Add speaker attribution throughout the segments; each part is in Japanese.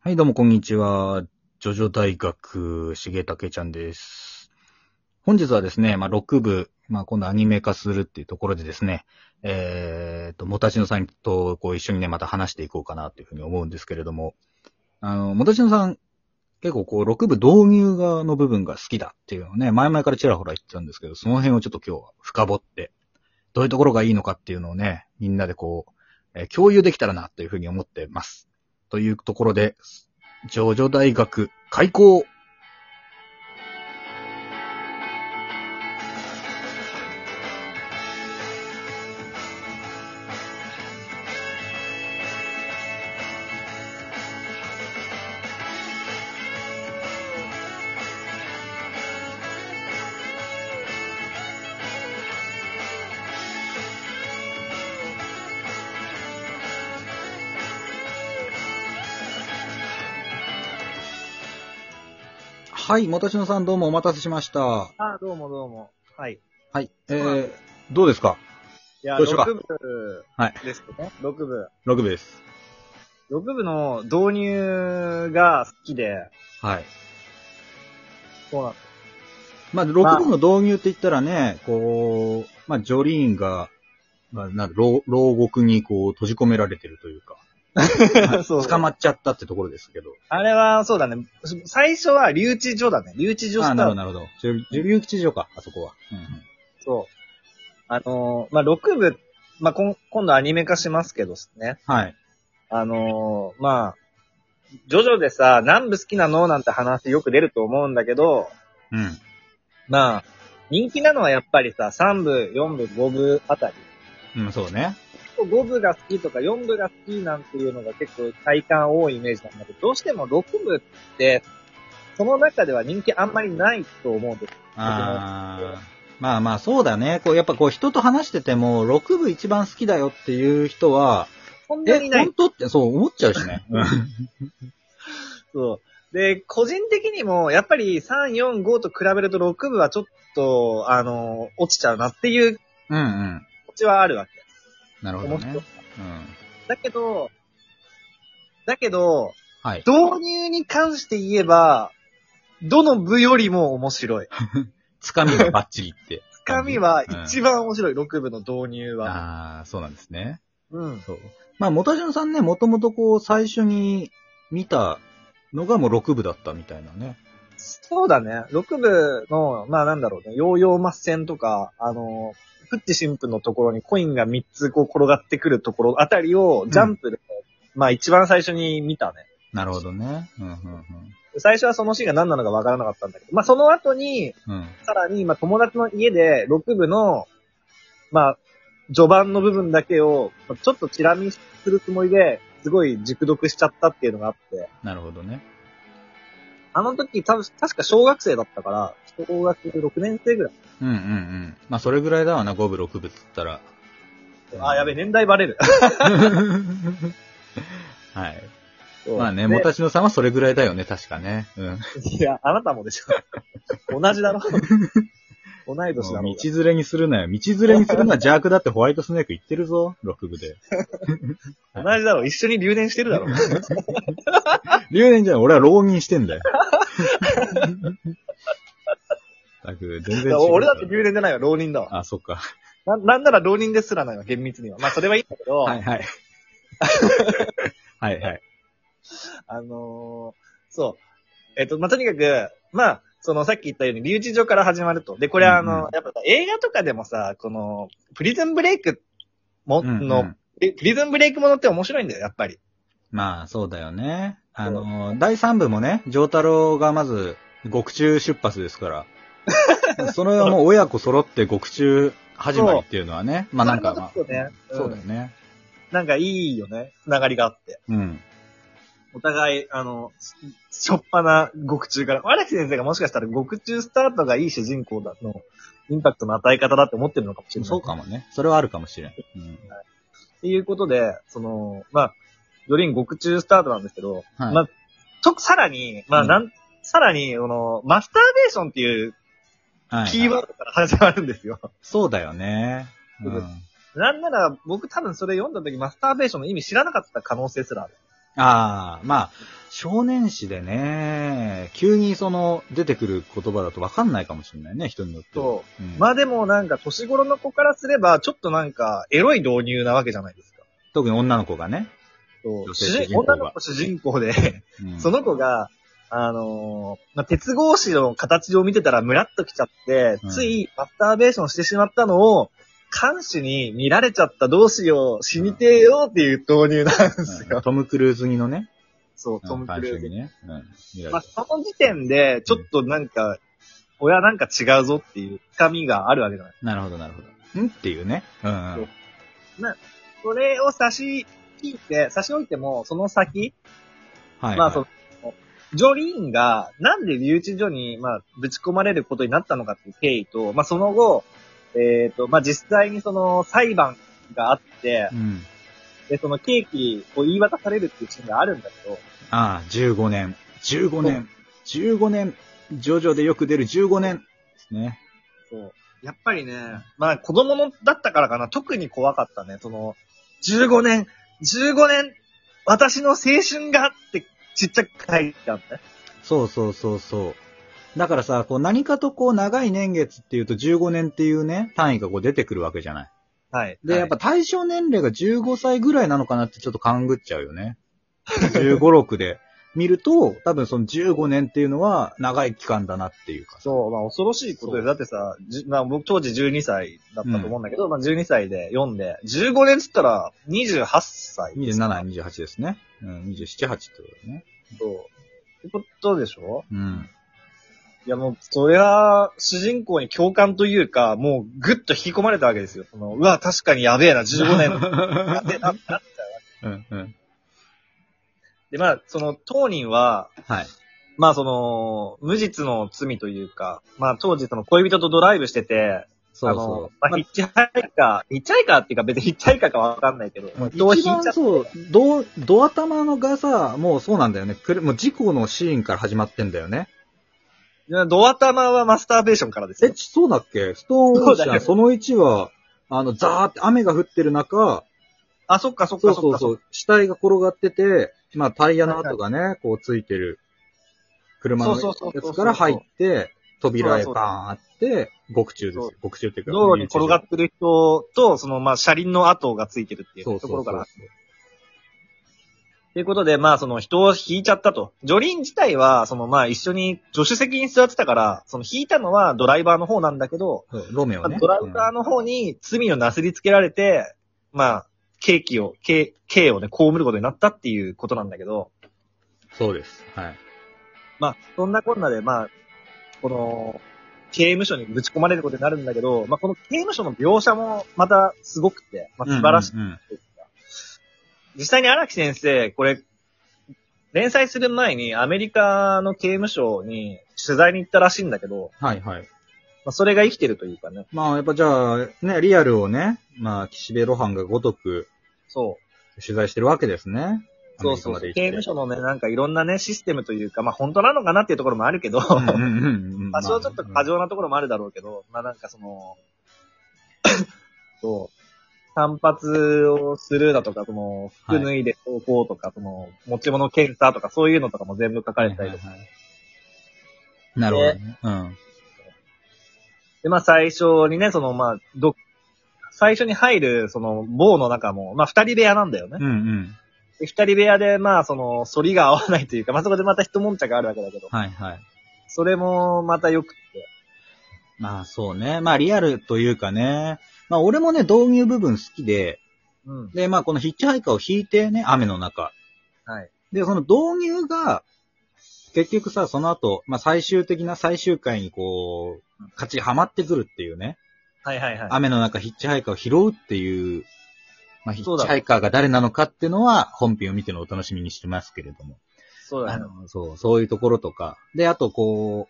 Speaker 1: はい、どうもこんにちは。ジョジョ大学、しげたけちゃんです。本日はですね、まあ、6部、まあ、今度アニメ化するっていうところでですね、えー、と、もたちのさんとこう一緒にね、また話していこうかなというふうに思うんですけれども、あの、もたちのさん、結構こう、6部導入側の部分が好きだっていうのをね、前々からちらほら言ってたんですけど、その辺をちょっと今日は深掘って、どういうところがいいのかっていうのをね、みんなでこう、えー共有できたらなというふうに思ってます。というところで、ジョジョ大学開校はい、もたしのさんどうもお待たせしました。は
Speaker 2: あ、どうもどうも。はい。
Speaker 1: い、えー、どうですか
Speaker 2: いや、
Speaker 1: どうしようか
Speaker 2: 6部
Speaker 1: はい
Speaker 2: ですね。6部。
Speaker 1: ?6 部です。
Speaker 2: 6部の導入が好きで、
Speaker 1: はい。
Speaker 2: そうなんで
Speaker 1: まあ、6部の導入って言ったらね、こう、まあ、ジョリーンが、まあ、なんだ牢牢獄にこう閉じ込められてるというか、
Speaker 2: す。 そう
Speaker 1: 捕まっちゃったってところですけど。
Speaker 2: あれは、そうだね。最初は留置所だね。留置所
Speaker 1: あ
Speaker 2: ス
Speaker 1: あ、
Speaker 2: タ
Speaker 1: なるほ
Speaker 2: ー
Speaker 1: ど、
Speaker 2: ト。
Speaker 1: なるほど。ジュジュリーン吉祥か、あそこは。うんうん、
Speaker 2: そう。あのーまあ、6部、まあ、こん今度アニメ化しますけどですね。
Speaker 1: はい。
Speaker 2: あのーまあ、ジョジョでさ、何部好きなのなんて話よく出ると思うんだけど、
Speaker 1: うん。
Speaker 2: まあ、人気なのはやっぱりさ、3部、4部、5部あたり。
Speaker 1: うん、そうね。
Speaker 2: 5部が好きとか4部が好きなんていうのが結構体感多いイメージなんだけど、どうしても6部って、その中では人気あんまりないと思うんです。
Speaker 1: ああ。まあまあ、そうだね。こう、やっぱこう、人と話してても、6部一番好きだよっていう人は、
Speaker 2: そんな
Speaker 1: え、
Speaker 2: にない
Speaker 1: 本。当って、そう思っちゃうし ね。
Speaker 2: そう。で、個人的にも、やっぱり3、4、5と比べると6部はちょっと、あの、落ちちゃうなっていう
Speaker 1: うんうん。
Speaker 2: 気持ちはあるわけ。
Speaker 1: なるほど
Speaker 2: 面
Speaker 1: ねう
Speaker 2: 白。い。
Speaker 1: ん。
Speaker 2: だけど、だけど、
Speaker 1: はい。
Speaker 2: 導入に関して言えば、どの部よりも面白い。
Speaker 1: つかみがバッチリ って。
Speaker 2: つかみは一番面白い、6部の導入は。
Speaker 1: ああ、そうなんですね。
Speaker 2: うん。
Speaker 1: そう。まあ、もたじのさんね、もともとこう、最初に見たのがもう6部だったみたいなね。
Speaker 2: そうだね。6部の、まあなんだろうね、ヨーヨーマス戦とか、あの、プッチ神父のところにコインが3つこう転がってくるところあたりをジャンプで、まあ一番最初に見たね。
Speaker 1: なるほどね。うんうん
Speaker 2: 最初はそのシーンが何なのかわからなかったんだけど、まあその後に、
Speaker 1: うん。うん。
Speaker 2: さらに、まあ友達の家で6部の、まあ、序盤の部分だけを、まあちょっとチラ見するつもりで、すごい熟読しちゃったっていうのがあって、
Speaker 1: なるほどね。
Speaker 2: あの時多分、確か小学生だったから、小学6年生ぐらい。
Speaker 1: うんうんうん。まあ、それぐらいだわな、5部、6部っつったら。
Speaker 2: あ、やべえ、年代バレる。
Speaker 1: はい。まあね、もたちのさんはそれぐらいだよね、確かね。うん。
Speaker 2: いや、あなたもでしょ。 同じだろ。 同い年だ
Speaker 1: 道
Speaker 2: ろ。
Speaker 1: 連れにするなよ。道連れにするのは邪悪だってホワイトスネーク言ってるぞ、6部で。
Speaker 2: 同じだろ。一緒に留年して るだろ。
Speaker 1: 留年じゃない、俺は浪人してん だよ。たく、全然違う。
Speaker 2: 俺だって留年じゃないわ、浪人だわ。
Speaker 1: あ、そっか。
Speaker 2: な、なんなら浪人ですらないわ、厳密には。まあ、それはいいんだけど、
Speaker 1: はいはい。はい はい。
Speaker 2: あのーそう。えっと、まあ、とにかく、まあ、その、さっき言ったように、留置所から始まると。で、これはあの、
Speaker 1: うんうん
Speaker 2: やっぱ映画とかでもさ、この、プリズンブレイクも、
Speaker 1: うんうん
Speaker 2: の、プリズンブレイクものって面白いんだよ、やっぱり。
Speaker 1: まあ、そうだよね。あの、第3部もね、丈太郎がまず、獄中出発です から。それはもう親子揃って獄中始まりっていうのはね。まあなんか、まあ
Speaker 2: それもちょっとねうん
Speaker 1: そうだよね。
Speaker 2: なんかいいよね、つながりがあって。
Speaker 1: うん。
Speaker 2: お互い、あの、ししょっぱな獄中から、荒木先生がもしかしたら獄中スタートがいい主人公だの、インパクトの与え方だって思ってるのかもしれない。
Speaker 1: そうかもね。それはあるかもしれん。うん。
Speaker 2: っていうことで、その、まあ、よりん獄中スタートなんですけど、
Speaker 1: はい。
Speaker 2: まあちょ、さらに、まあ、
Speaker 1: うん
Speaker 2: なん、さらに、この、マスターベーションっていう
Speaker 1: はい
Speaker 2: キーワードから始まるんですよ。
Speaker 1: そうだよね。うん
Speaker 2: なんなら、僕多分それ読んだ時マスターベーションの意味知らなかった可能性すらある。
Speaker 1: ああ、まあ、少年誌でね、急にその出てくる言葉だと分かんないかもしれないね、人によっては。
Speaker 2: そうう。
Speaker 1: ん
Speaker 2: まあでもなんか年頃の子からすれば、ちょっとなんか、エロい導入なわけじゃないですか。
Speaker 1: 特に女の子がね。
Speaker 2: そう
Speaker 1: 女性主人公が
Speaker 2: 女の子主人公で、
Speaker 1: うん
Speaker 2: その子が、あのーまあ、鉄格子の形を見てたらムラっときちゃって
Speaker 1: うん、
Speaker 2: ついマスターベーションしてしまったのを、監視に見られちゃったどうしよう、死にてえよっていう導入なんです
Speaker 1: うん
Speaker 2: よ。
Speaker 1: トム・クルーズにのね、
Speaker 2: そう、トム・クルーズ
Speaker 1: に。ね。うん見られ
Speaker 2: まあ、
Speaker 1: て
Speaker 2: その時点で、ちょっとなんか、親なんか違うぞっていう深みがあるわけじゃない。
Speaker 1: なるほど、なるほど。んっていうね。うんうん。
Speaker 2: それを差し引いて、差し置いても、その先、
Speaker 1: はい。
Speaker 2: まあその、ジョリーンがなんで留置所に、まあ、ぶち込まれることになったのかっていう経緯と、まあその後、えっ、と、まあ実際にその裁判があって、
Speaker 1: うん。
Speaker 2: で、その刑期を言い渡されるっていうシーンがあるんだけど、
Speaker 1: ああ、15年。15年。15年。ジョジョでよく出る15年。ですね。
Speaker 2: そう。やっぱりね、まあ子供のだったからかな、特に怖かったね。その、15年、15年、私の青春がってちっちゃく書いてあったね。
Speaker 1: そうそうそうそう。だからさ、こう何かとこう長い年月っていうと15年っていうね、単位がこう出てくるわけじゃない。
Speaker 2: はい。
Speaker 1: で、やっぱ、対象年齢が15歳ぐらいなのかなってちょっと勘ぐっちゃうよ ね。15、6で見ると、多分その15年っていうのは長い期間だなっていうか。
Speaker 2: そう、まあ恐ろしいこと
Speaker 1: そ
Speaker 2: で、
Speaker 1: う
Speaker 2: だってさ、じまあ僕当時12歳だったと思うんだけど、まあ12歳で読んで、15年っつったら28歳ですか。
Speaker 1: 27、28ですね。うん、27、8ってことだね。
Speaker 2: そう。ってことでしょ
Speaker 1: うん。
Speaker 2: いやもう、それは、主人公に共感というか、もうぐっと引き込まれたわけですよ。そのうわ、確かにやべえな、15 年。やべえな、な
Speaker 1: うん、うん。
Speaker 2: で、まあ、その、当人は、
Speaker 1: はい。
Speaker 2: まあその、無実の罪というか、まあ当時その恋人とドライブしてて、
Speaker 1: そうそ
Speaker 2: あの、まあ、ヒッチハイカー、ヒッチハイカーっていうか別にヒッチハイカーかわかんないけど、
Speaker 1: う。
Speaker 2: 人を引い
Speaker 1: 一
Speaker 2: ちゃっ
Speaker 1: 番
Speaker 2: て
Speaker 1: そう、ド、ド頭のがさ、もうそうなんだよね。くるもう事故のシーンから始まってんだよね。
Speaker 2: いやドア玉はマスターベーションからです
Speaker 1: え、
Speaker 2: よ。
Speaker 1: ちそうだっけストーンオーシ
Speaker 2: そう
Speaker 1: ャ
Speaker 2: だ
Speaker 1: ン、
Speaker 2: よ
Speaker 1: その1は、あの、ザーって雨が降ってる中、
Speaker 2: あ、そっかそっ
Speaker 1: そ
Speaker 2: か
Speaker 1: う
Speaker 2: そ
Speaker 1: そ
Speaker 2: っ
Speaker 1: う
Speaker 2: か
Speaker 1: そ、
Speaker 2: そう
Speaker 1: 死体が転がってて、まあタイヤの跡がね、こうついてる、車のや
Speaker 2: そうそうそうそう
Speaker 1: つから入って、扉へ
Speaker 2: そうだそうだ
Speaker 1: バーンあって、獄中ですよ
Speaker 2: そ。
Speaker 1: 獄中っていうか、
Speaker 2: 道路に転がってる人と、その、まあ、車輪の跡がついてるっていう
Speaker 1: そう
Speaker 2: と
Speaker 1: そう
Speaker 2: ころから。
Speaker 1: そう
Speaker 2: ということで、まあ、その人を引いちゃったと。ジョリーン自体は、その、まあ、一緒に助手席に座ってたから、その引いたのはドライバーの方なんだけど、
Speaker 1: そう。ロメ
Speaker 2: ま
Speaker 1: オ
Speaker 2: あ
Speaker 1: ね。
Speaker 2: ドライバーの方に罪をなすりつけられて、まあ、刑期を、刑、刑をね、被ることになったっていうことなんだけど、
Speaker 1: そうです。はい。
Speaker 2: まあ、そんなこんなで、まあ、この、刑務所にぶち込まれることになるんだけど、まあ、この刑務所の描写もまたすごくて、まあ、素晴らしい。
Speaker 1: うんうんうん
Speaker 2: 実際に荒木先生、これ、連載する前にアメリカの刑務所に取材に行ったらしいんだけど、
Speaker 1: はいはい。
Speaker 2: まあ、それが生きてるというかね。
Speaker 1: まあやっぱじゃあ、ね、リアルをね、まあ岸辺露伴がごとく
Speaker 2: そう。
Speaker 1: 取材してるわけですね。
Speaker 2: そうそう
Speaker 1: アメ
Speaker 2: そう。
Speaker 1: リカ
Speaker 2: 刑
Speaker 1: まで行っ
Speaker 2: 務
Speaker 1: て
Speaker 2: 所のね、なんかいろんなね、システムというか、まあ本当なのかなっていうところもあるけど、
Speaker 1: うんうん うんうん
Speaker 2: 多少ちょっと過剰なところもあるだろうけど、まあなんかその、 そう、散髪をするだとか、その、服脱いで投稿とか、その、持ち物検査とか、そういうのとかも全部書かれてたりとか。
Speaker 1: はいはいはいなるほどね。うん。
Speaker 2: で、まあ最初にね、その、まあ、ど、最初に入る、その、棒の中も、まあ二人部屋なんだよね。
Speaker 1: うんうん。
Speaker 2: で二人部屋で、まあその、反りが合わないというか、まあそこでまた一悶着があるわけだけど、
Speaker 1: はいはい。
Speaker 2: それもまたよくって、
Speaker 1: まあそうね。まあリアルというかね。まあ俺もね、導入部分好きで、
Speaker 2: うん。
Speaker 1: で、まあこのヒッチハイカーを引いてね、雨の中。
Speaker 2: はい。
Speaker 1: で、その導入が、結局さ、その後、まあ最終的な最終回にこう、勝ちはまってくるっていうね。
Speaker 2: はいはいはい。
Speaker 1: 雨の中ヒッチハイカーを拾うっていう、まあヒ
Speaker 2: そ
Speaker 1: ッ
Speaker 2: うだ
Speaker 1: チハイカーが誰なのかっていうのは、本編を見てのお楽しみにしてますけれども。
Speaker 2: そうだ
Speaker 1: あ
Speaker 2: ね。
Speaker 1: の、そう、そういうところとか。で、あとこ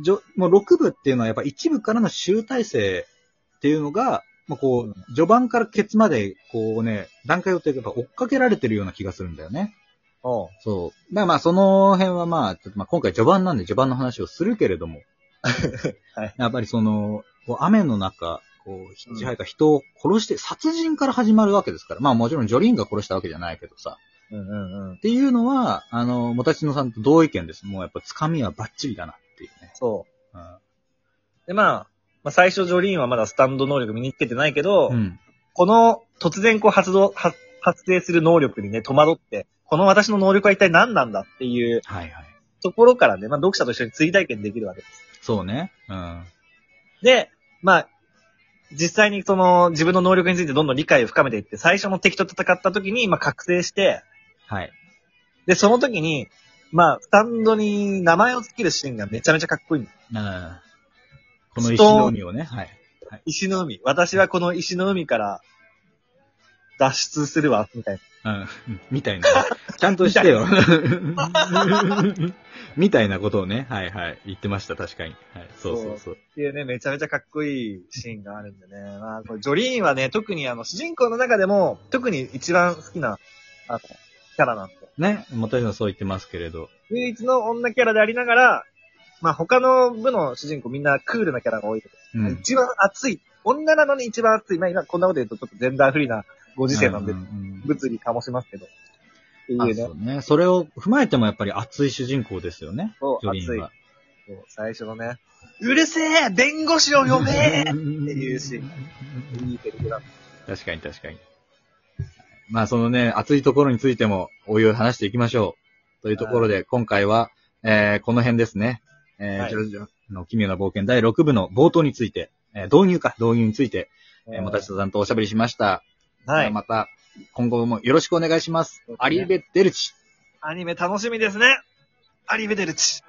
Speaker 1: う、じょもう6部っていうのはやっぱ1部からの集大成っていうのが、まあ、こ
Speaker 2: う
Speaker 1: う、序盤からケツまで、こうね、段階をというか、追っかけられてるような気がするんだよね。
Speaker 2: おう
Speaker 1: そう。だからまあ、その辺はまあ、ちょっとまあ今回序盤なんで序盤の話をするけれども、
Speaker 2: はい
Speaker 1: やっぱりその、こう雨の中、こう、ヒッチハイカー人を殺して、殺人から始まるわけですから、まあもちろんジョリーンが殺したわけじゃないけどさ、
Speaker 2: うんうんうん
Speaker 1: っ。ていうのは、あの、もたちのさんと同意見です。もうやっぱつかみはバッチリだなっていうね。
Speaker 2: そ
Speaker 1: うん
Speaker 2: う。で、まあ、まあ、最初ジョリーンはまだスタンド能力身につけてないけど、
Speaker 1: うん。
Speaker 2: この突然こう発動、発発生する能力にね、戸惑って、この私の能力は一体何なんだっていう
Speaker 1: はいはい。
Speaker 2: ところからね、まあ読者と一緒に追体験できるわけです。
Speaker 1: そうね。うん。
Speaker 2: で、まあ、実際にその自分の能力についてどんどん理解を深めていって、最初の敵と戦った時に、まあ覚醒して、
Speaker 1: はい。
Speaker 2: で、その時に、まあ、スタンドに名前を付けるシーンがめちゃめちゃかっこいいんです。
Speaker 1: うんこの石の海をね、はい。
Speaker 2: 石の海。私はこの石の海から脱出するわ、みたいな。
Speaker 1: うん。みたいな。ちゃんとして よ。みたいなことをね、はいはい。言ってました、確かに。はい。そうそうそう。
Speaker 2: っていうね、めちゃめちゃかっこいいシーンがあるんでね。まあ、これジョリーンはね、特にあの、主人公の中でも、特に一番好きな、あの、キャラなんで。
Speaker 1: ね。もたちのそう言ってますけれど。
Speaker 2: 唯一の女キャラでありながら、まあ、他の部の主人公みんなクールなキャラが多いけど、
Speaker 1: うん。
Speaker 2: 一番熱い。女なのに一番熱い。まあ、今こんなこと言うとちょっとジェンダーフリーなご時世なんで
Speaker 1: う、うん
Speaker 2: 物議かもしますけど。ってい
Speaker 1: あ
Speaker 2: うね
Speaker 1: そ。うね。それを踏まえてもやっぱり熱い主人公ですよね。
Speaker 2: そう、
Speaker 1: ジョリ
Speaker 2: 熱
Speaker 1: ーン
Speaker 2: い
Speaker 1: は。。
Speaker 2: そう最初のね、うるせえ弁護士を呼べえいうシーいいセリフだ。
Speaker 1: 確かに確かに。まあそのね、熱いところについてもおいおい話していきましょう。というところで、今回は、えー、この辺ですね。えー
Speaker 2: はい
Speaker 1: ジョジョの奇妙な冒険第6部の冒頭について、えー導入か、導入について、えー、もたちさんとおしゃべりしました。
Speaker 2: はい。
Speaker 1: また、今後もよろしくお願いします。アリーベ・デルチ。
Speaker 2: アニメ楽しみですね。アリベデルチ。